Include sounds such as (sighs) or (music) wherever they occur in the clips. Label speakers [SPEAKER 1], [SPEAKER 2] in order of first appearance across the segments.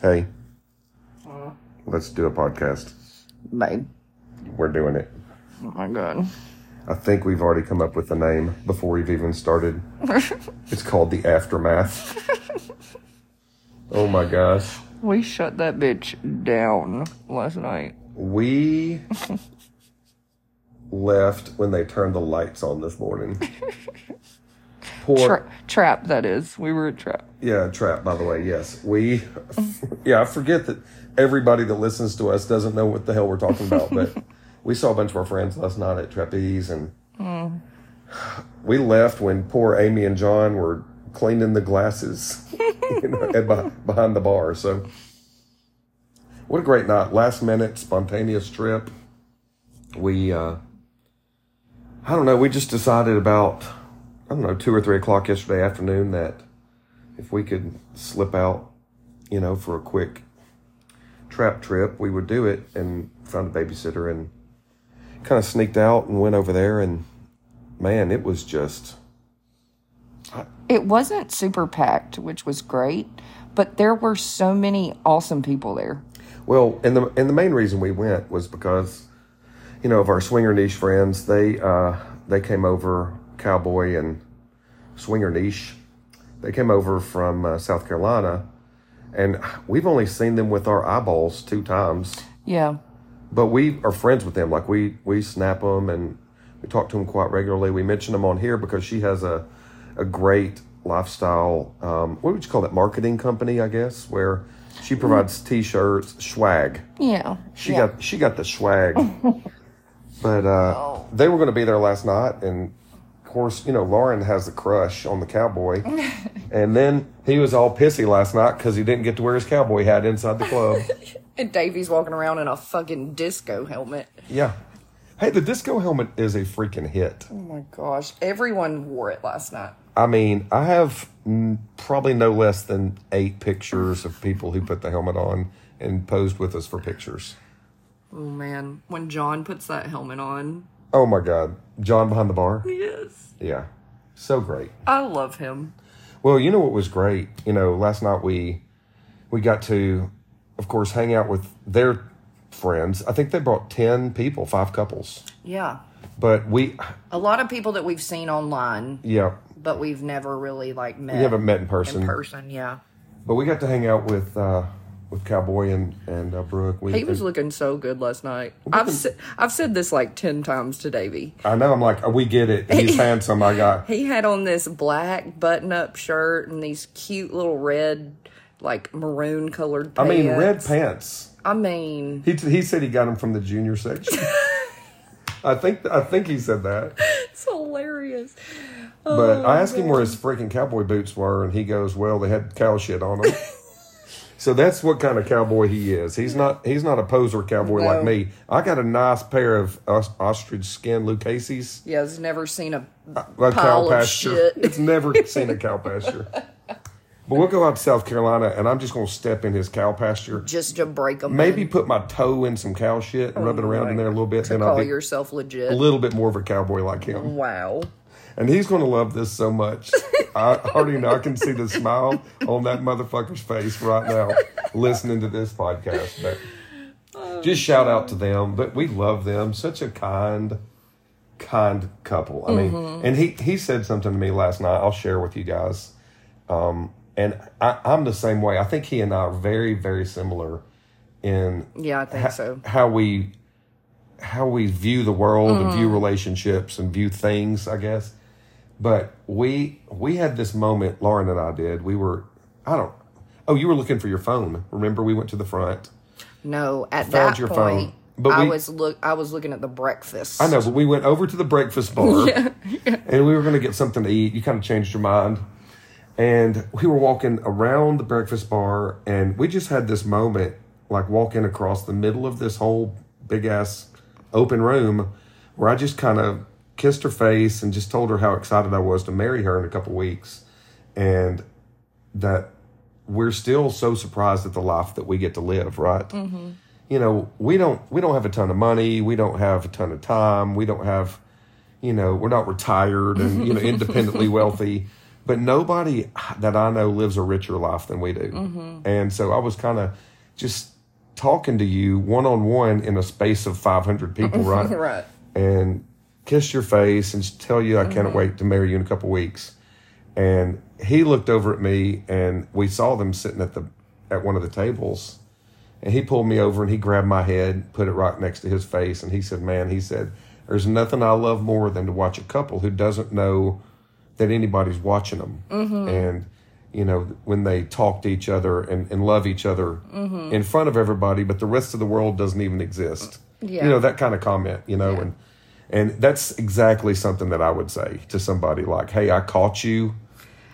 [SPEAKER 1] Hey, let's do a podcast.
[SPEAKER 2] Babe.
[SPEAKER 1] We're doing it.
[SPEAKER 2] Oh my god.
[SPEAKER 1] I think we've already come up with the name before we've even started. it's called The Aftermath. oh my gosh.
[SPEAKER 2] (laughs) We shut that bitch down last night.
[SPEAKER 1] We left when they turned the lights on this morning. Poor.
[SPEAKER 2] Tra- trap, that is. We were a trap.
[SPEAKER 1] Yeah, trap, by the way. Yes. We, (laughs) yeah, I forget that everybody that listens to us doesn't know what the hell we're talking about, but we saw a bunch of our friends last night at Trapeze and (sighs) we left when poor Amy and John were cleaning the glasses (laughs) you know, at, beh- behind the bar. So, what a great night. Last minute, spontaneous trip. We, uh, I don't know, we just decided about, I don't know, two or three o'clock yesterday afternoon that if we could slip out, you know, for a quick trap trip, we would do it and found a babysitter and kind of sneaked out and went over there and man, it was just
[SPEAKER 2] It wasn't super packed, which was great, but there were so many awesome people there.
[SPEAKER 1] well, and the and the main reason we went was because you know, of our swinger niche friends, they uh they came over cowboy and swinger niche. They came over from uh, South Carolina and we've only seen them with our eyeballs two times.
[SPEAKER 2] Yeah.
[SPEAKER 1] but we are friends with them. Like we we snap them and we talk to them quite regularly. We mention them on here because she has a a great lifestyle. Um, what would you call that? Marketing company, I guess, where she provides t-shirts, swag.
[SPEAKER 2] Yeah.
[SPEAKER 1] She
[SPEAKER 2] yeah.
[SPEAKER 1] got she got the swag. but uh, they were going to be there last night, and of course, you know, Lauren has the crush on the cowboy. and then he was all pissy last night because he didn't get to wear his cowboy hat inside the club.
[SPEAKER 2] And Davey's walking around in a fucking disco helmet.
[SPEAKER 1] Yeah. Hey, the disco helmet is a freaking hit.
[SPEAKER 2] Oh my gosh. Everyone wore it last night.
[SPEAKER 1] I mean, I have mm, probably no less than eight pictures of people who put the helmet on and posed with us for pictures.
[SPEAKER 2] Oh man. When John puts that helmet on.
[SPEAKER 1] Oh my God. John behind the bar?
[SPEAKER 2] Yes.
[SPEAKER 1] Yeah. So great.
[SPEAKER 2] I love him.
[SPEAKER 1] Well, you know what was great? You know, last night we we got to, of course, hang out with their friends. I think they brought 10 people, five couples.
[SPEAKER 2] Yeah.
[SPEAKER 1] But we,
[SPEAKER 2] A lot of people that we've seen online,
[SPEAKER 1] yeah,
[SPEAKER 2] but we've never really like met
[SPEAKER 1] we haven't met
[SPEAKER 2] in person. Yeah.
[SPEAKER 1] But we got to hang out with uh, with Cowboy and and uh, Brooke. We,
[SPEAKER 2] He was looking so good last night. I've se- I've said this like ten times to Davey.
[SPEAKER 1] I know. I'm like, uh, we get it.
[SPEAKER 2] (laughs)
[SPEAKER 1] He's handsome. I got.
[SPEAKER 2] He had on this black button-up shirt and these cute little red, like maroon colored.
[SPEAKER 1] I
[SPEAKER 2] Pants.
[SPEAKER 1] mean, red pants.
[SPEAKER 2] I mean,
[SPEAKER 1] He he said he got them from the junior
[SPEAKER 2] (laughs)
[SPEAKER 1] section. I think I think he said that.
[SPEAKER 2] it's hilarious. Oh,
[SPEAKER 1] But I asked him where his freaking cowboy boots were, and he goes, "Well, they had cow shit on
[SPEAKER 2] (laughs)
[SPEAKER 1] them." so that's what kind of cowboy he is. He's not he's not a poser cowboy
[SPEAKER 2] No.
[SPEAKER 1] like me. I got a nice pair of os- ostrich skin Lucases.
[SPEAKER 2] Yeah, I've never seen a.
[SPEAKER 1] a
[SPEAKER 2] Pile
[SPEAKER 1] cow
[SPEAKER 2] of
[SPEAKER 1] pasture.
[SPEAKER 2] shit.
[SPEAKER 1] It's
[SPEAKER 2] (laughs)
[SPEAKER 1] never seen a cow pasture. But we'll go out to South Carolina, and I'm just gonna step in his cow pasture.
[SPEAKER 2] Just to break them,
[SPEAKER 1] Maybe put my toe in some cow shit and rub it around in there a little bit,
[SPEAKER 2] Oh to
[SPEAKER 1] then I'll
[SPEAKER 2] call
[SPEAKER 1] be
[SPEAKER 2] yourself legit.
[SPEAKER 1] a little bit more of a cowboy like him.
[SPEAKER 2] wow.
[SPEAKER 1] And he's gonna love this so much. I already know. I can see the smile on that motherfucker's face right now, listening to this podcast. But just shout out to them. But we love them. Such a kind, kind couple. I mean, and he he said something to me last night. I'll share with you guys. Um, and I, I'm the same way. I think he and I are very, very similar in
[SPEAKER 2] Yeah, I think so.
[SPEAKER 1] how we how we view the world and view relationships and view things, I guess. But we we had this moment, Lauren and I did. We were I don't oh, you were looking for your phone. Remember we went to the front.
[SPEAKER 2] No, at
[SPEAKER 1] Found
[SPEAKER 2] that
[SPEAKER 1] your phone.
[SPEAKER 2] point,
[SPEAKER 1] But
[SPEAKER 2] I
[SPEAKER 1] we-
[SPEAKER 2] was look. I was looking at the breakfast.
[SPEAKER 1] I know, but we went over to the breakfast bar and we were gonna get something to eat. You kinda changed your mind. And we were walking around the breakfast bar and we just had this moment, like walking across the middle of this whole big ass open room where I just kind of kissed her face and just told her how excited I was to marry her in a couple weeks. And that we're still so surprised at the life that we get to live, right? You know, we don't we don't have a ton of money, we don't have a ton of time, we don't have, you know, we're not retired and you know independently wealthy, But nobody that I know lives a richer life than we do. And so I was kind of just talking to you one on one in a space of 500 people, right?
[SPEAKER 2] (laughs) Right.
[SPEAKER 1] and kiss your face and just tell you I can't wait to marry you in a couple weeks. And he looked over at me and we saw them sitting at the at one of the tables. And he pulled me over and he grabbed my head, put it right next to his face, and he said, Man, he said, There's nothing I love more than to watch a couple who doesn't know that anybody's watching them.
[SPEAKER 2] Mm-hmm.
[SPEAKER 1] And, you know, when they talk to each other and, and love each other
[SPEAKER 2] Mm-hmm.
[SPEAKER 1] in front of everybody, but the rest of the world doesn't even exist.
[SPEAKER 2] Yeah.
[SPEAKER 1] You know, that kind of comment, you know, and and that's exactly something that I would say to somebody like, Hey, I caught you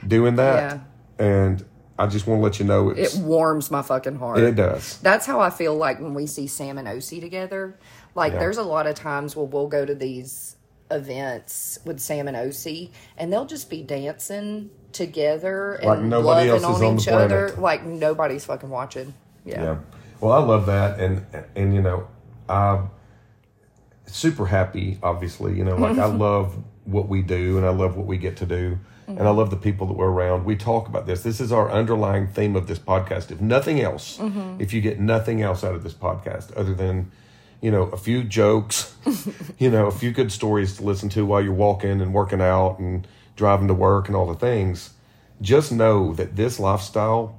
[SPEAKER 1] doing that and I just want to let you know
[SPEAKER 2] It
[SPEAKER 1] it's, it,
[SPEAKER 2] warms my fucking heart.
[SPEAKER 1] does.
[SPEAKER 2] That's how I feel like when we see Sam and OC together. Like there's a lot of times where we'll go to these events with Sam and OC and they'll just be dancing together and
[SPEAKER 1] Like nobody
[SPEAKER 2] loving
[SPEAKER 1] else is
[SPEAKER 2] on,
[SPEAKER 1] on
[SPEAKER 2] each
[SPEAKER 1] the planet.
[SPEAKER 2] other. Like nobody's fucking watching. Yeah.
[SPEAKER 1] Yeah. Well, I love that, and and you know, I'm super happy. Obviously, you know, like I love what we do, and I love what we get to do, and I love the people that we're around. We talk about this. This is our underlying theme of this podcast. If nothing else, if you get nothing else out of this podcast other than you know a few jokes, (laughs) you know, a few good stories to listen to while you're walking and working out and driving to work and all the things. Just know that this lifestyle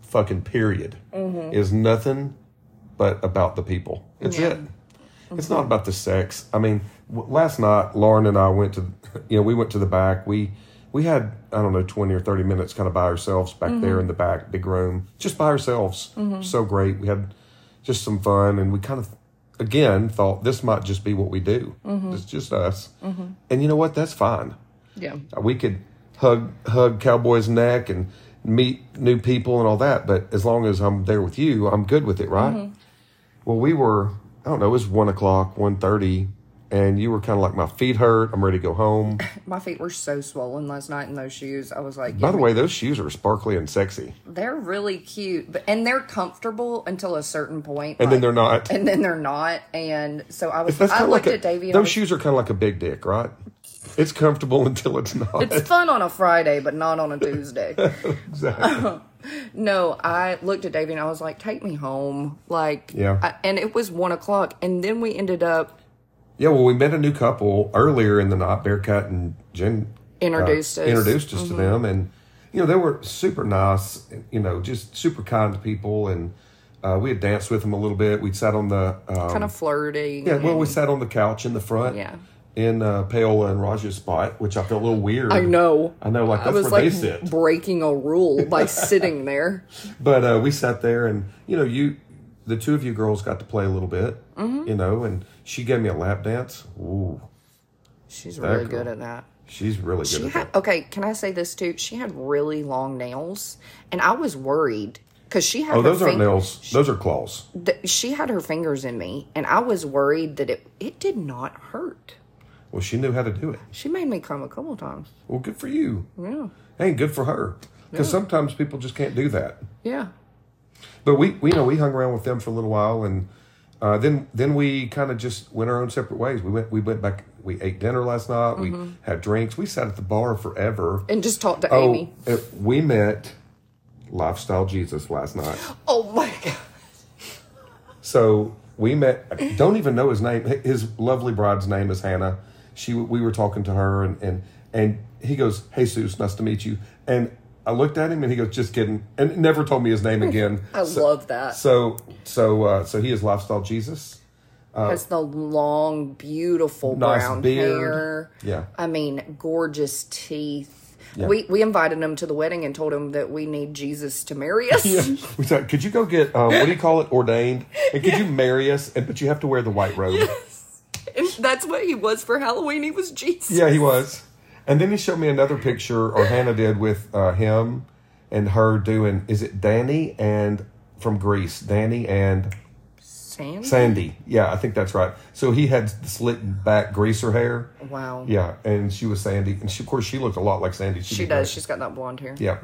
[SPEAKER 1] fucking period is nothing but about the people. It's it. It's not about the sex. I mean, w- last night Lauren and I went to, (laughs) you know, we went to the back. We we had I don't know twenty or thirty minutes kind of by ourselves back there in the back big room, just by ourselves. So great. We had just some fun, and we kind of again thought this might just be what we do. It's just us, and you know what? That's fine
[SPEAKER 2] Yeah.
[SPEAKER 1] we could hug hug cowboy's neck and meet new people and all that but as long as i'm there with you i'm good with it right
[SPEAKER 2] Mm-hmm.
[SPEAKER 1] well we were i don't know it was 1 o'clock 1.30 and you were kind of like my feet hurt i'm ready to go
[SPEAKER 2] (laughs)
[SPEAKER 1] home
[SPEAKER 2] My feet were so swollen last night in those shoes. I was like,
[SPEAKER 1] by
[SPEAKER 2] yeah,
[SPEAKER 1] the way those shoes are sparkly and sexy
[SPEAKER 2] they're really cute. But, and they're comfortable until a certain point.
[SPEAKER 1] and then they're not
[SPEAKER 2] and then they're not. And so I was,
[SPEAKER 1] That's
[SPEAKER 2] I
[SPEAKER 1] kinda
[SPEAKER 2] looked
[SPEAKER 1] like a-
[SPEAKER 2] at Davey. and I
[SPEAKER 1] those
[SPEAKER 2] was
[SPEAKER 1] shoes are kind of like a big dick right it's comfortable (laughs) until it's not
[SPEAKER 2] It's fun on a Friday, but not on a Tuesday.
[SPEAKER 1] exactly
[SPEAKER 2] (laughs) No, I looked at Davey and I was like, "Take me home." Like,
[SPEAKER 1] Yeah.
[SPEAKER 2] I, and it was one o'clock, and then we ended up
[SPEAKER 1] yeah well we met a new couple earlier in the night bearcat and jen
[SPEAKER 2] introduced
[SPEAKER 1] uh,
[SPEAKER 2] us. Mm-hmm.
[SPEAKER 1] introduced us to them, and you know they were super nice. You know, just super kind people, and uh, we had danced with them a little bit. We sat on the um,
[SPEAKER 2] kind of flirting.
[SPEAKER 1] yeah, well,
[SPEAKER 2] and-
[SPEAKER 1] we sat on the couch in the front,
[SPEAKER 2] Yeah.
[SPEAKER 1] in uh, Paola and Raja's spot, which I felt a little weird.
[SPEAKER 2] I know.
[SPEAKER 1] I know, like
[SPEAKER 2] I
[SPEAKER 1] that's
[SPEAKER 2] was
[SPEAKER 1] where
[SPEAKER 2] like
[SPEAKER 1] they sit.
[SPEAKER 2] breaking a rule
[SPEAKER 1] (laughs)
[SPEAKER 2] by sitting there.
[SPEAKER 1] But uh, we sat there, and you know, you the two of you girls got to play a little bit,
[SPEAKER 2] Mm-hmm.
[SPEAKER 1] you know, and she gave me a lap dance. Ooh,
[SPEAKER 2] She's really
[SPEAKER 1] girl.
[SPEAKER 2] good at that.
[SPEAKER 1] she's really good
[SPEAKER 2] She
[SPEAKER 1] at
[SPEAKER 2] had
[SPEAKER 1] that.
[SPEAKER 2] okay. Can I say this too? She had really long nails, and I was worried because she had.
[SPEAKER 1] Oh,
[SPEAKER 2] her
[SPEAKER 1] those aren't
[SPEAKER 2] fing-
[SPEAKER 1] nails; those are claws.
[SPEAKER 2] th- she had her fingers in me, and I was worried that it it did not hurt.
[SPEAKER 1] Well, she knew how to do it.
[SPEAKER 2] She made me come a couple times.
[SPEAKER 1] Well, good for you.
[SPEAKER 2] Yeah,
[SPEAKER 1] Hey, good for her. Because sometimes people just can't do that.
[SPEAKER 2] yeah,
[SPEAKER 1] But we, we you know, we hung around with them for a little while, and uh, then then we kind of just went our own separate ways. We went we went back. We ate dinner last night. We had drinks. We sat at the bar forever.
[SPEAKER 2] and just talked to
[SPEAKER 1] Oh,
[SPEAKER 2] Amy.
[SPEAKER 1] uh, we met Lifestyle Jesus last night.
[SPEAKER 2] Oh my god!
[SPEAKER 1] So we met. I don't even know his name. His lovely bride's name is Hannah. She. We were talking to her, and and and he goes, "Hey, Seuss, nice to meet you." And I looked at him, and he goes, "Just kidding," and never told me his name again.
[SPEAKER 2] (laughs) I love that.
[SPEAKER 1] So so uh, so he is lifestyle Jesus.
[SPEAKER 2] Has the long, beautiful
[SPEAKER 1] uh, Nice
[SPEAKER 2] brown
[SPEAKER 1] beard.
[SPEAKER 2] hair.
[SPEAKER 1] Yeah.
[SPEAKER 2] I mean, gorgeous teeth. We we invited him to the wedding and told him that we need Jesus to
[SPEAKER 1] (laughs)
[SPEAKER 2] marry us.
[SPEAKER 1] We said, could you go get uh, what do you call it ordained, and could you marry us? And but you have to wear the white robe.
[SPEAKER 2] (laughs) And that's what he was for Halloween. He was Jesus.
[SPEAKER 1] Yeah, he was. And then he showed me another picture, or Hannah did, with uh, him and her doing. Is it Danny and from Greece? Danny and
[SPEAKER 2] Sam?
[SPEAKER 1] Sandy. Yeah, I think that's right. So he had the slit back greaser hair.
[SPEAKER 2] Wow.
[SPEAKER 1] Yeah, and she was Sandy, and she, of course she looked a lot like Sandy.
[SPEAKER 2] Mm-hmm. She does. She's got that blonde hair.
[SPEAKER 1] Yeah.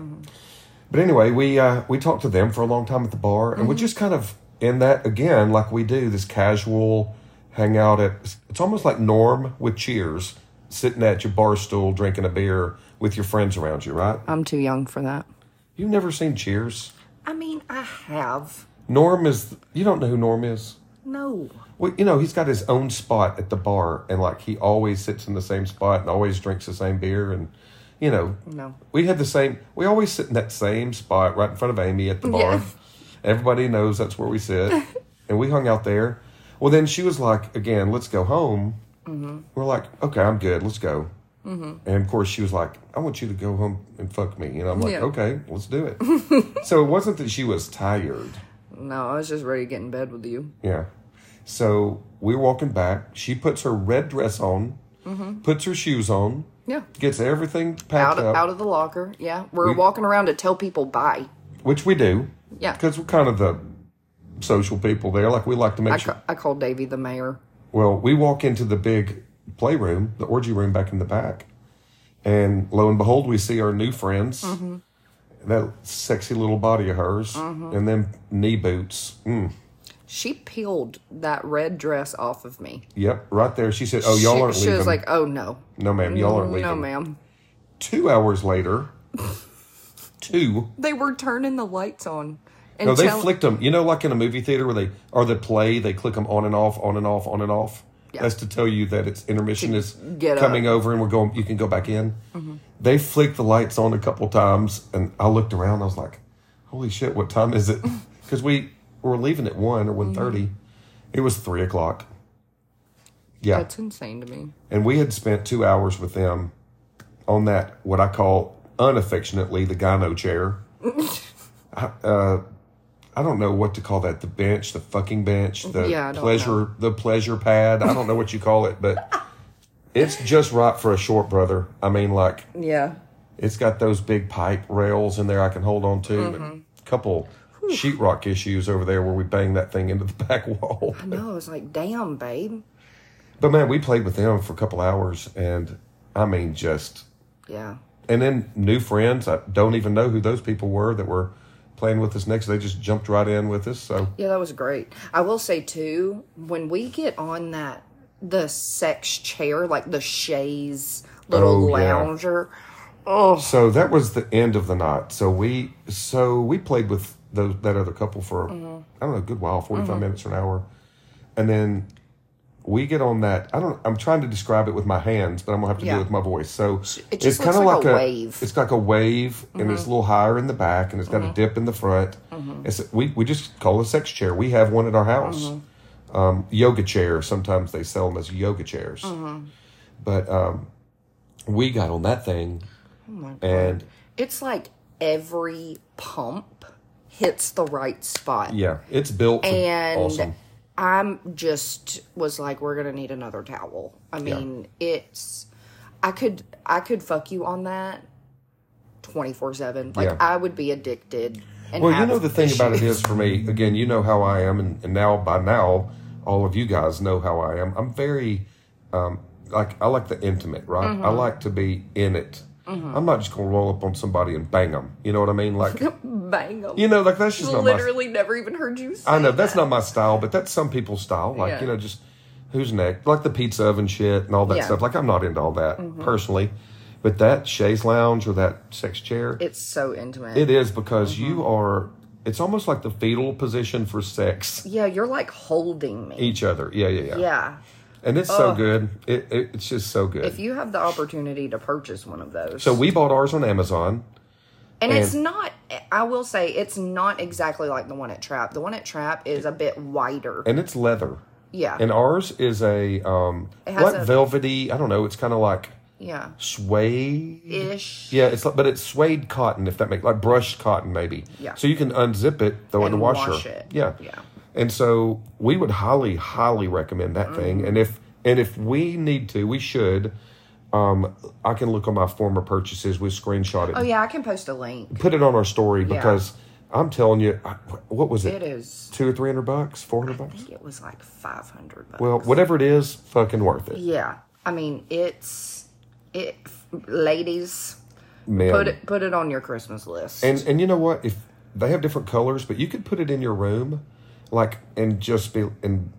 [SPEAKER 1] But anyway, we uh, we talked to them for a long time at the bar, and we're just kind of in that again, like we do this casual hangout at. It's almost like Norm with Cheers, sitting at your bar stool drinking a beer with your friends around you, right?
[SPEAKER 2] I'm too young for that.
[SPEAKER 1] You've never seen Cheers.
[SPEAKER 2] I mean, I have.
[SPEAKER 1] Norm is. You don't know who Norm is.
[SPEAKER 2] No.
[SPEAKER 1] Well, you know he's got his own spot at the bar, and like he always sits in the same spot and always drinks the same beer, and you know.
[SPEAKER 2] No.
[SPEAKER 1] We had the same. We always sit in that same spot right in front of Amy at the bar.
[SPEAKER 2] Yeah.
[SPEAKER 1] Everybody knows that's where we
[SPEAKER 2] (laughs)
[SPEAKER 1] sit, and we hung out there. Well, then she was like, "Again, let's go home."
[SPEAKER 2] Mm-hmm.
[SPEAKER 1] We're like, "Okay, I'm good. Let's go." And of course, she was like, "I want you to go home and fuck me," and I'm like,
[SPEAKER 2] Yeah.
[SPEAKER 1] "Okay, let's do
[SPEAKER 2] (laughs)
[SPEAKER 1] it." so it wasn't that she was tired.
[SPEAKER 2] No, I was just ready to get in bed with you.
[SPEAKER 1] Yeah. So we're walking back. She puts her red dress on, puts her shoes on,
[SPEAKER 2] Yeah.
[SPEAKER 1] gets everything packed
[SPEAKER 2] Mm-hmm. Out of,
[SPEAKER 1] up,
[SPEAKER 2] out of the locker. Yeah. We're
[SPEAKER 1] We-
[SPEAKER 2] walking around to tell people bye.
[SPEAKER 1] which we do.
[SPEAKER 2] Yeah.
[SPEAKER 1] Because we're kind of the social people there. Like we like to make
[SPEAKER 2] I,
[SPEAKER 1] sure.
[SPEAKER 2] ca- I called Davy the mayor.
[SPEAKER 1] Well, we walk into the big playroom, the orgy room back in the back, and lo and behold, we see our new friends.
[SPEAKER 2] Mm-hmm.
[SPEAKER 1] That sexy little body of hers, and then knee boots. Mm.
[SPEAKER 2] She peeled that red dress off of me.
[SPEAKER 1] Yep, right there. She said, "Oh, y'all
[SPEAKER 2] she,
[SPEAKER 1] aren't
[SPEAKER 2] she
[SPEAKER 1] leaving."
[SPEAKER 2] was like, oh, no.
[SPEAKER 1] "No, ma'am, y'all aren't leaving."
[SPEAKER 2] No, ma'am.
[SPEAKER 1] two hours
[SPEAKER 2] (laughs)
[SPEAKER 1] later, two.
[SPEAKER 2] They were turning the lights on. And
[SPEAKER 1] No, they
[SPEAKER 2] tell-
[SPEAKER 1] flicked them. You know, like in a movie theater where they or the play, they click them on and off, on and off, on and off.
[SPEAKER 2] Yeah.
[SPEAKER 1] That's to tell you that it's intermission is
[SPEAKER 2] get Mm-hmm.
[SPEAKER 1] coming over and we're going. You can go back in. They flicked the lights on a couple times, and I looked around. I was like, "Holy shit! What time is
[SPEAKER 2] (laughs)
[SPEAKER 1] it?" Because we were leaving at one or one
[SPEAKER 2] Mm-hmm.
[SPEAKER 1] It was three o'clock. Yeah,
[SPEAKER 2] That's insane to me.
[SPEAKER 1] and we had spent two hours with them on that what I call unaffectionately the gyno
[SPEAKER 2] (laughs)
[SPEAKER 1] chair. I, uh, I don't know what to call that. The bench, the fucking bench, the
[SPEAKER 2] Yeah, I don't
[SPEAKER 1] pleasure,
[SPEAKER 2] know.
[SPEAKER 1] the pleasure pad. I don't know what you call it,
[SPEAKER 2] (laughs)
[SPEAKER 1] but it's just right for a short brother. I mean, like
[SPEAKER 2] Yeah.
[SPEAKER 1] it's got those big pipe rails in there I can hold on to.
[SPEAKER 2] Mm-hmm.
[SPEAKER 1] And a couple sheetrock issues over there where we banged that thing into the (laughs) back wall.
[SPEAKER 2] No, I was like, damn, babe.
[SPEAKER 1] But man, we played with them for a couple hours, and I mean, just
[SPEAKER 2] Yeah.
[SPEAKER 1] and then new friends. I don't even know who those people were that were playing with us next. They just jumped right in with us. So
[SPEAKER 2] Yeah, that was great. I will say too, when we get on that the sex chair, like the chaise little
[SPEAKER 1] Oh, yeah.
[SPEAKER 2] lounger. Oh
[SPEAKER 1] so that was the end of the night. So we so we played with those that other couple for
[SPEAKER 2] Mm-hmm.
[SPEAKER 1] I don't know a good while, forty minutes or an hour, and then we get on that. I don't. I'm trying to describe it with my hands, but I'm gonna have to do
[SPEAKER 2] Yeah.
[SPEAKER 1] it with my voice. So
[SPEAKER 2] it just
[SPEAKER 1] kinda
[SPEAKER 2] looks like a wave. Mm-hmm.
[SPEAKER 1] It's like a wave, and it's a little higher in the back, and it's got a dip in the front. It's we we just call it a sex chair. We have one at our house.
[SPEAKER 2] Mm-hmm.
[SPEAKER 1] Um, yoga chair. Sometimes they sell them as yoga chairs.
[SPEAKER 2] Mm-hmm.
[SPEAKER 1] But um, we got on that thing, and
[SPEAKER 2] it's like every pump hits the right spot.
[SPEAKER 1] Yeah, it's built for
[SPEAKER 2] And
[SPEAKER 1] awesome.
[SPEAKER 2] I'm just was like, we're gonna need another towel. I mean, it's I could I could fuck you on that twenty four seven. Like
[SPEAKER 1] Yeah.
[SPEAKER 2] I would be addicted. And
[SPEAKER 1] Well, you
[SPEAKER 2] have
[SPEAKER 1] know the thing about it
[SPEAKER 2] issues.
[SPEAKER 1] is for me, again, you know how I am, and, and now by now, all of you guys know how I am. I'm very, um, like I like the intimate, right?
[SPEAKER 2] Mm-hmm.
[SPEAKER 1] I like to be in it. I'm not just gonna roll up on somebody and bang them. You know what I mean?
[SPEAKER 2] (laughs)
[SPEAKER 1] Like,
[SPEAKER 2] bang 'em.
[SPEAKER 1] you know, like that's just not my.
[SPEAKER 2] literally never even heard you say
[SPEAKER 1] I know that's not my style, but that's some people's style. Like
[SPEAKER 2] Yeah.
[SPEAKER 1] you know, just who's next, like the pizza oven shit and all that
[SPEAKER 2] Yeah. Mm-hmm.
[SPEAKER 1] stuff. Like I'm not into all that personally, but that chaise lounge or that sex chair,
[SPEAKER 2] it's so intimate
[SPEAKER 1] It is because you
[SPEAKER 2] Mm-hmm.
[SPEAKER 1] are. It's almost like the fetal position for sex.
[SPEAKER 2] yeah you're like holding me
[SPEAKER 1] Each other, yeah, yeah, yeah.
[SPEAKER 2] yeah
[SPEAKER 1] And it's so good. It, it it's just so good.
[SPEAKER 2] if you have the opportunity to purchase one of those
[SPEAKER 1] so we bought ours on Amazon.
[SPEAKER 2] and, it's not i will say it's not exactly like the one at trap the one at trap is a bit wider
[SPEAKER 1] and it's leather.
[SPEAKER 2] yeah
[SPEAKER 1] And ours is a um,
[SPEAKER 2] has
[SPEAKER 1] like
[SPEAKER 2] a-
[SPEAKER 1] velvety. I don't know. It's kind of like
[SPEAKER 2] yeah
[SPEAKER 1] suede.
[SPEAKER 2] ish
[SPEAKER 1] Yeah, it's like, but it's suede cotton, if that makes like brushed cotton, maybe.
[SPEAKER 2] Yeah.
[SPEAKER 1] So you can unzip it, throw it in the
[SPEAKER 2] And
[SPEAKER 1] washer.
[SPEAKER 2] wash it.
[SPEAKER 1] Yeah.
[SPEAKER 2] Yeah.
[SPEAKER 1] And so we would highly, highly recommend that thing.
[SPEAKER 2] Mm-hmm.
[SPEAKER 1] And if and if we need to, we should. Um, I can look on my former purchases. We screenshot it.
[SPEAKER 2] oh yeah i can post a link
[SPEAKER 1] Put it on our story because I'm telling you, I- what was it?
[SPEAKER 2] it is
[SPEAKER 1] Two or three hundred bucks, four hundred bucks.
[SPEAKER 2] it was like 500 bucks
[SPEAKER 1] Well, whatever it is, fucking worth it.
[SPEAKER 2] yeah i mean it's it ladies
[SPEAKER 1] Man.
[SPEAKER 2] put it put it on your christmas list
[SPEAKER 1] And and you know what? If they have different colors, but you could put it in your room, like and just be and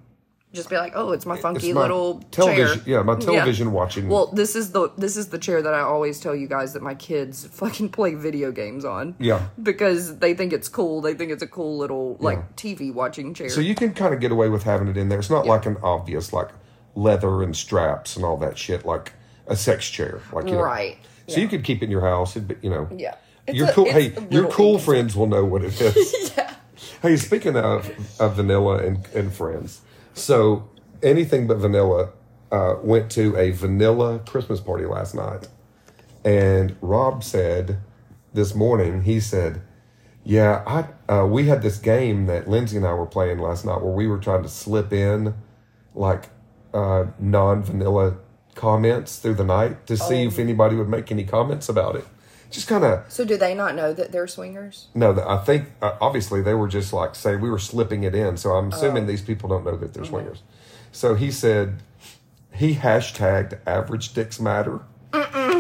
[SPEAKER 2] Just be like, oh, it's my funky
[SPEAKER 1] It's my
[SPEAKER 2] little
[SPEAKER 1] television.
[SPEAKER 2] chair.
[SPEAKER 1] Yeah, my television watching.
[SPEAKER 2] Well, this is the this is the chair that I always tell you guys that my kids (laughs) fucking play video games on.
[SPEAKER 1] Yeah.
[SPEAKER 2] Because they think it's cool. They think it's a cool little like TV watching chair.
[SPEAKER 1] so you can kind of get away with having it in there. It's not like an obvious like leather and straps and all that shit like a sex chair. Like you know.
[SPEAKER 2] right.
[SPEAKER 1] So you could keep it in your house. It'd be, you know.
[SPEAKER 2] Yeah. It's
[SPEAKER 1] your
[SPEAKER 2] a-
[SPEAKER 1] cool.
[SPEAKER 2] it's
[SPEAKER 1] Hey,
[SPEAKER 2] a
[SPEAKER 1] your
[SPEAKER 2] little
[SPEAKER 1] cool
[SPEAKER 2] (laughs) inconvenient.
[SPEAKER 1] friends will know what it
[SPEAKER 2] (laughs)
[SPEAKER 1] is. Hey, speaking of, of vanilla and, and friends, so anything but vanilla uh, went to a vanilla Christmas party last night, and Rob said this morning he said, "Yeah, I uh, we had this game that Lindsay and I were playing last night where we were trying to slip in like uh, non vanilla comments through the night to see if anybody would make any comments about it, just kind of."
[SPEAKER 2] So do they not know that they're swingers?
[SPEAKER 1] No, th- I think uh, obviously they were just like say we were slipping it in. So I'm assuming these people don't know that they're swingers. So he said he hashtagged average dicks matter.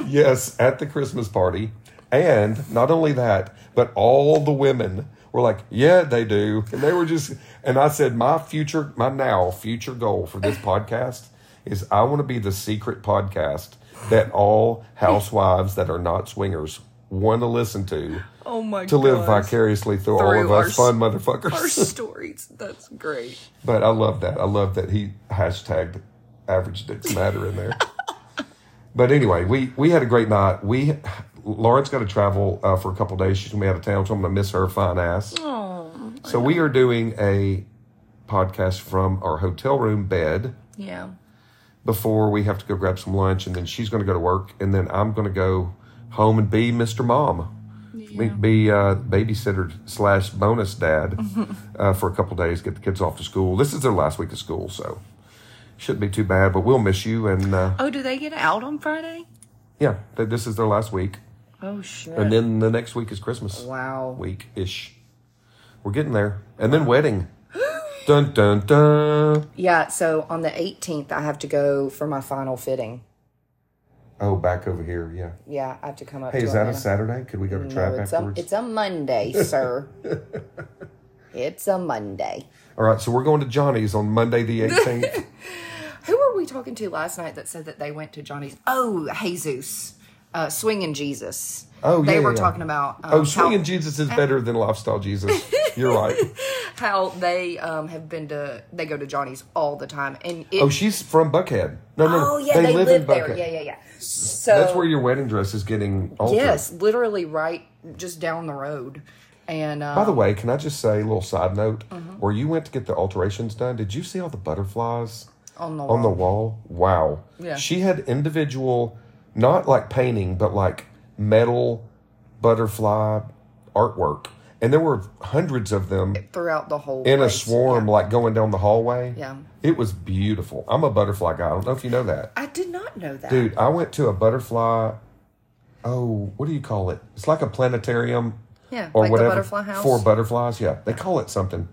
[SPEAKER 1] Yes, at the Christmas party, and not only that, but all the women were like, "Yeah, they do," and they were just. And I said, "My future, my now future goal for this podcast is I want to be the secret podcast that all housewives that are not swingers." Want to listen to
[SPEAKER 2] Oh my
[SPEAKER 1] to live
[SPEAKER 2] gosh.
[SPEAKER 1] vicariously through, all
[SPEAKER 2] Through
[SPEAKER 1] of
[SPEAKER 2] our
[SPEAKER 1] us fun (laughs)
[SPEAKER 2] Our
[SPEAKER 1] motherfuckers.
[SPEAKER 2] stories. That's great.
[SPEAKER 1] But I love that. I love that he hashtagged average dicks matter in
[SPEAKER 2] (laughs)
[SPEAKER 1] there. but anyway, we we had a great night. We Lauren's got to travel uh, for a couple days. She's gonna be out of town, so I'm gonna miss her fine ass.
[SPEAKER 2] Oh,
[SPEAKER 1] so we are doing a podcast from our hotel room bed
[SPEAKER 2] Yeah.
[SPEAKER 1] before we have to go grab some lunch, and then she's gonna go to work, and then I'm gonna go home and be Mr. Mom. Be- Be uh, babysitter slash bonus dad
[SPEAKER 2] (laughs)
[SPEAKER 1] uh, for a couple days. Get the kids off to school. This is their last week of school, so shouldn't be too bad. But we'll miss you, and uh,
[SPEAKER 2] Oh, do they get out on Friday?
[SPEAKER 1] yeah, th- this is their last week.
[SPEAKER 2] Oh shit.
[SPEAKER 1] And then the next week is Christmas
[SPEAKER 2] wow.
[SPEAKER 1] week ish. We're getting there, and then wedding.
[SPEAKER 2] (gasps)
[SPEAKER 1] dun dun dun.
[SPEAKER 2] Yeah, so on the 18th I have to go for my final fitting.
[SPEAKER 1] Oh, back over here. Yeah.
[SPEAKER 2] Yeah, I have to come up
[SPEAKER 1] Hey,
[SPEAKER 2] to
[SPEAKER 1] is that a
[SPEAKER 2] Atlanta.
[SPEAKER 1] Saturday? Could we go to trap
[SPEAKER 2] No, it's a,
[SPEAKER 1] afterwards?
[SPEAKER 2] it's a Monday, sir.
[SPEAKER 1] (laughs)
[SPEAKER 2] it's a Monday.
[SPEAKER 1] All right, so we're going to Johnny's on Monday
[SPEAKER 2] (laughs)
[SPEAKER 1] the
[SPEAKER 2] Oh,
[SPEAKER 1] 18th.
[SPEAKER 2] Who were we talking to last night that said that they went to Johnny's? Oh, Jesus. Uh, Swinging Jesus.
[SPEAKER 1] Oh,
[SPEAKER 2] They
[SPEAKER 1] yeah,
[SPEAKER 2] were
[SPEAKER 1] yeah.
[SPEAKER 2] talking about um,
[SPEAKER 1] oh, swinging
[SPEAKER 2] how,
[SPEAKER 1] Jesus is better than lifestyle Jesus. You're
[SPEAKER 2] (laughs)
[SPEAKER 1] right.
[SPEAKER 2] how they um, have been to, they go to Johnny's all the time. And it,
[SPEAKER 1] Oh, she's from Buckhead. No, no, no.
[SPEAKER 2] oh, yeah, they, live, there. Yeah, yeah, yeah. So
[SPEAKER 1] That's where your wedding dress is getting altered.
[SPEAKER 2] Yes, literally right just down the road. And um,
[SPEAKER 1] By the way, can I just say a little side note?
[SPEAKER 2] Mm-hmm.
[SPEAKER 1] Where you went to get the alterations done, did you see all the butterflies
[SPEAKER 2] On the
[SPEAKER 1] on the wall? Wow.
[SPEAKER 2] Yeah.
[SPEAKER 1] She had individual, not like painting, but like metal butterfly artwork, and there were hundreds of them
[SPEAKER 2] throughout the whole
[SPEAKER 1] in a
[SPEAKER 2] place.
[SPEAKER 1] swarm, like going down the hallway.
[SPEAKER 2] Yeah.
[SPEAKER 1] It was beautiful. I'm a butterfly guy. I don't know if you know that.
[SPEAKER 2] I did not know that.
[SPEAKER 1] Dude, I went to a butterfly. Oh, what do you call it? It's like a planetarium.
[SPEAKER 2] Yeah,
[SPEAKER 1] or
[SPEAKER 2] like the
[SPEAKER 1] whatever.
[SPEAKER 2] butterfly house?
[SPEAKER 1] for butterflies. Yeah, they call it something.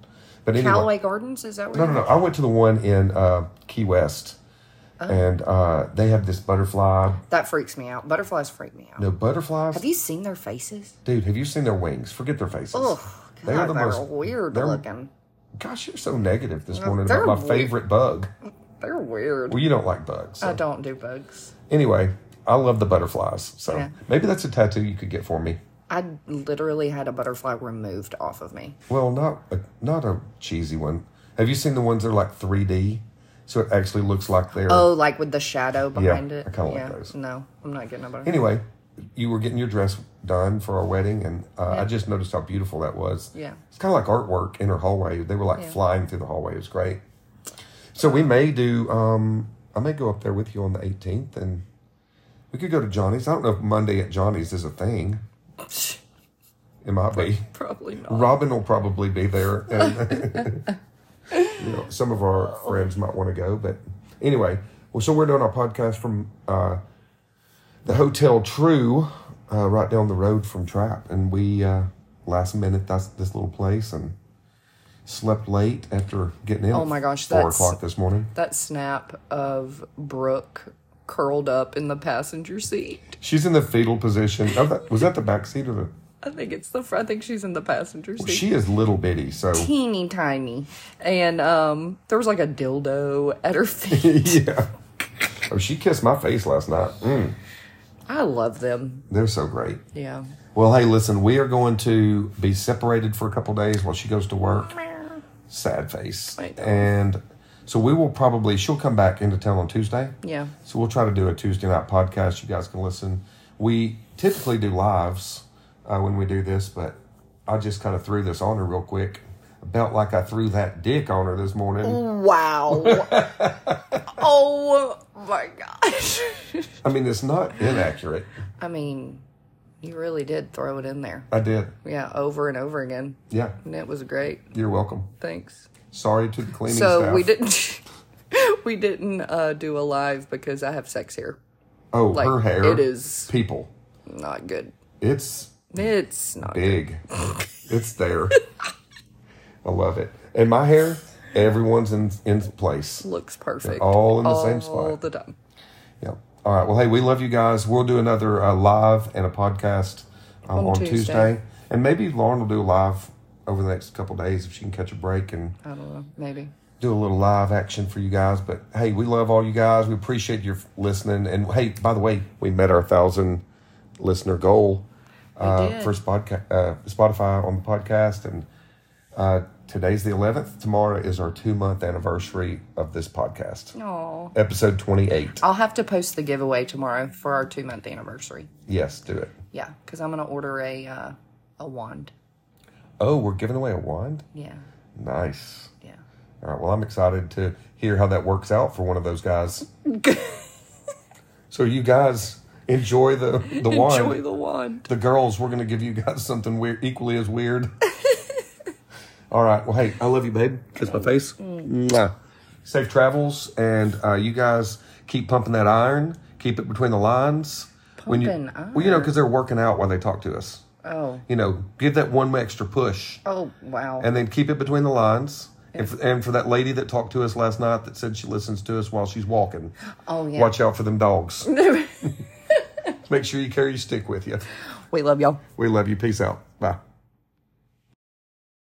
[SPEAKER 1] But anyway,
[SPEAKER 2] Callaway Gardens is that where?
[SPEAKER 1] no, no, no. I went to the one in uh, Key West,
[SPEAKER 2] Oh.
[SPEAKER 1] and uh, they have this butterfly.
[SPEAKER 2] That freaks me out. Butterflies freak me out.
[SPEAKER 1] No butterflies,
[SPEAKER 2] Have you seen their faces?
[SPEAKER 1] dude. Have you seen their wings? Forget their faces.
[SPEAKER 2] Ugh,
[SPEAKER 1] They
[SPEAKER 2] God,
[SPEAKER 1] are the
[SPEAKER 2] they're
[SPEAKER 1] most-
[SPEAKER 2] weird
[SPEAKER 1] they're-
[SPEAKER 2] looking.
[SPEAKER 1] Gosh, you're so negative this morning
[SPEAKER 2] they're
[SPEAKER 1] about my
[SPEAKER 2] weird. Oh,
[SPEAKER 1] favorite bug.
[SPEAKER 2] They're weird.
[SPEAKER 1] Well, you don't like bugs. so-
[SPEAKER 2] I don't do bugs.
[SPEAKER 1] Anyway, I love the butterflies. So
[SPEAKER 2] Yeah.
[SPEAKER 1] maybe that's a tattoo you could get for me.
[SPEAKER 2] I literally had a butterfly removed off of me.
[SPEAKER 1] Well, not a, not a cheesy one. Have you seen the ones that are like 3D? So it actually looks like they're.
[SPEAKER 2] Oh, like with the shadow behind it.
[SPEAKER 1] I kinda like
[SPEAKER 2] yeah.
[SPEAKER 1] those.
[SPEAKER 2] No, I'm not getting a butterfly.
[SPEAKER 1] Anyway, you were getting your dress done for our wedding, and uh, I just noticed how beautiful that was.
[SPEAKER 2] Yeah.
[SPEAKER 1] It's kind of like artwork in her hallway. They were like
[SPEAKER 2] Yeah.
[SPEAKER 1] flying through the hallway. It was great. So we may do. Um, I may go up there with you on the 18th, and we could go to Johnny's. I don't know if Monday at Johnny's is a thing.
[SPEAKER 2] (laughs)
[SPEAKER 1] It might be.
[SPEAKER 2] Probably not.
[SPEAKER 1] Robin will probably be there, and (laughs) you know, some of our friends might want to go. But anyway, well, so we're doing our podcast from uh, the Hotel True, uh, right down the road from Trap, and we uh, last minute that's this little place and slept late after getting in.
[SPEAKER 2] Oh
[SPEAKER 1] at
[SPEAKER 2] my gosh,
[SPEAKER 1] four
[SPEAKER 2] that's-
[SPEAKER 1] o'clock this morning.
[SPEAKER 2] That snap of Brooke curled up in the passenger seat.
[SPEAKER 1] She's in the fetal position. Oh, that, was that the back seat or the?
[SPEAKER 2] I think it's the. fr- I think she's in the passenger seat.
[SPEAKER 1] She is little bitty, so (laughs)
[SPEAKER 2] Teeny tiny, and um, there was like a dildo at her (laughs) feet.
[SPEAKER 1] yeah. Oh, she kissed my face last night. Mm,
[SPEAKER 2] I love them.
[SPEAKER 1] they're so great.
[SPEAKER 2] Yeah.
[SPEAKER 1] Well, hey, listen, we are going to be separated for a couple days while she goes to work. Sad face.
[SPEAKER 2] I know.
[SPEAKER 1] And so we will probably, she'll come back into town on Tuesday.
[SPEAKER 2] Yeah.
[SPEAKER 1] So we'll try to do a Tuesday night podcast. You guys can listen. We typically do lives uh, when we do this, but I just kind of threw this on her real quick. About like I threw that dick on her this morning. (laughs)
[SPEAKER 2] Mm. Wow. oh my gosh. (laughs)
[SPEAKER 1] I mean, it's not inaccurate.
[SPEAKER 2] I mean, you really did throw it in there.
[SPEAKER 1] I did.
[SPEAKER 2] Yeah, over and over again.
[SPEAKER 1] Yeah.
[SPEAKER 2] And it was great.
[SPEAKER 1] You're welcome.
[SPEAKER 2] Thanks.
[SPEAKER 1] Sorry to the cleaning
[SPEAKER 2] so
[SPEAKER 1] staff.
[SPEAKER 2] we didn't we didn't (laughs) uh, do a live because I have sex hair.
[SPEAKER 1] Oh,
[SPEAKER 2] Like
[SPEAKER 1] her hair.
[SPEAKER 2] it is
[SPEAKER 1] People.
[SPEAKER 2] not good.
[SPEAKER 1] It's
[SPEAKER 2] It's not good.
[SPEAKER 1] big. it's there. I love it. And my hair, everyone's in in place.
[SPEAKER 2] looks perfect.
[SPEAKER 1] all in the same
[SPEAKER 2] All
[SPEAKER 1] spot.
[SPEAKER 2] the time.
[SPEAKER 1] Yep. All right. Well, hey, we love you guys. We'll do another uh, live and a podcast um,
[SPEAKER 2] On
[SPEAKER 1] on
[SPEAKER 2] Tuesday.
[SPEAKER 1] Tuesday. and maybe Lauren will do a live over the next couple days if she can catch a break and
[SPEAKER 2] I don't know. Maybe.
[SPEAKER 1] do a little live action for you guys. But hey, we love all you guys. We appreciate your f- listening. And hey, by the way, we met our thousand listener goal uh,
[SPEAKER 2] did.
[SPEAKER 1] for Spodca- uh, Spotify on the podcast. And uh, today's the 11th. Tomorrow is our two month anniversary of this podcast,
[SPEAKER 2] Aw.
[SPEAKER 1] episode 28.
[SPEAKER 2] I'll have to post the giveaway tomorrow for our two month anniversary.
[SPEAKER 1] Yes, do it.
[SPEAKER 2] Yeah, because I'm gonna order a uh, a wand.
[SPEAKER 1] Oh, we're giving away a wand?
[SPEAKER 2] Yeah,
[SPEAKER 1] Nice.
[SPEAKER 2] yeah.
[SPEAKER 1] All right. Well, I'm excited to hear how that works out for one of those
[SPEAKER 2] (laughs)
[SPEAKER 1] guys. so you guys enjoy the the wine.
[SPEAKER 2] Enjoy the wand.
[SPEAKER 1] the girls, we're going to give you guys (laughs) something weird, equally as weird. (laughs) All right. Well, hey, I love you, babe. Kiss my face. Mwah. Safe travels, and uh, you guys keep pumping that iron. Keep it between the lines. when you,
[SPEAKER 2] Pumping iron.
[SPEAKER 1] Well, you know, because they're working out while they talk to us.
[SPEAKER 2] Oh,
[SPEAKER 1] You know, give that one extra push,
[SPEAKER 2] oh wow.
[SPEAKER 1] and then keep it between the lines. And for, and for that lady that talked to us last night that said she listens to us while she's walking,
[SPEAKER 2] Oh, yeah.
[SPEAKER 1] watch out for them dogs. Make sure you carry your stick with you.
[SPEAKER 2] (laughs) we love y'all.
[SPEAKER 1] We love you. Peace out. Bye.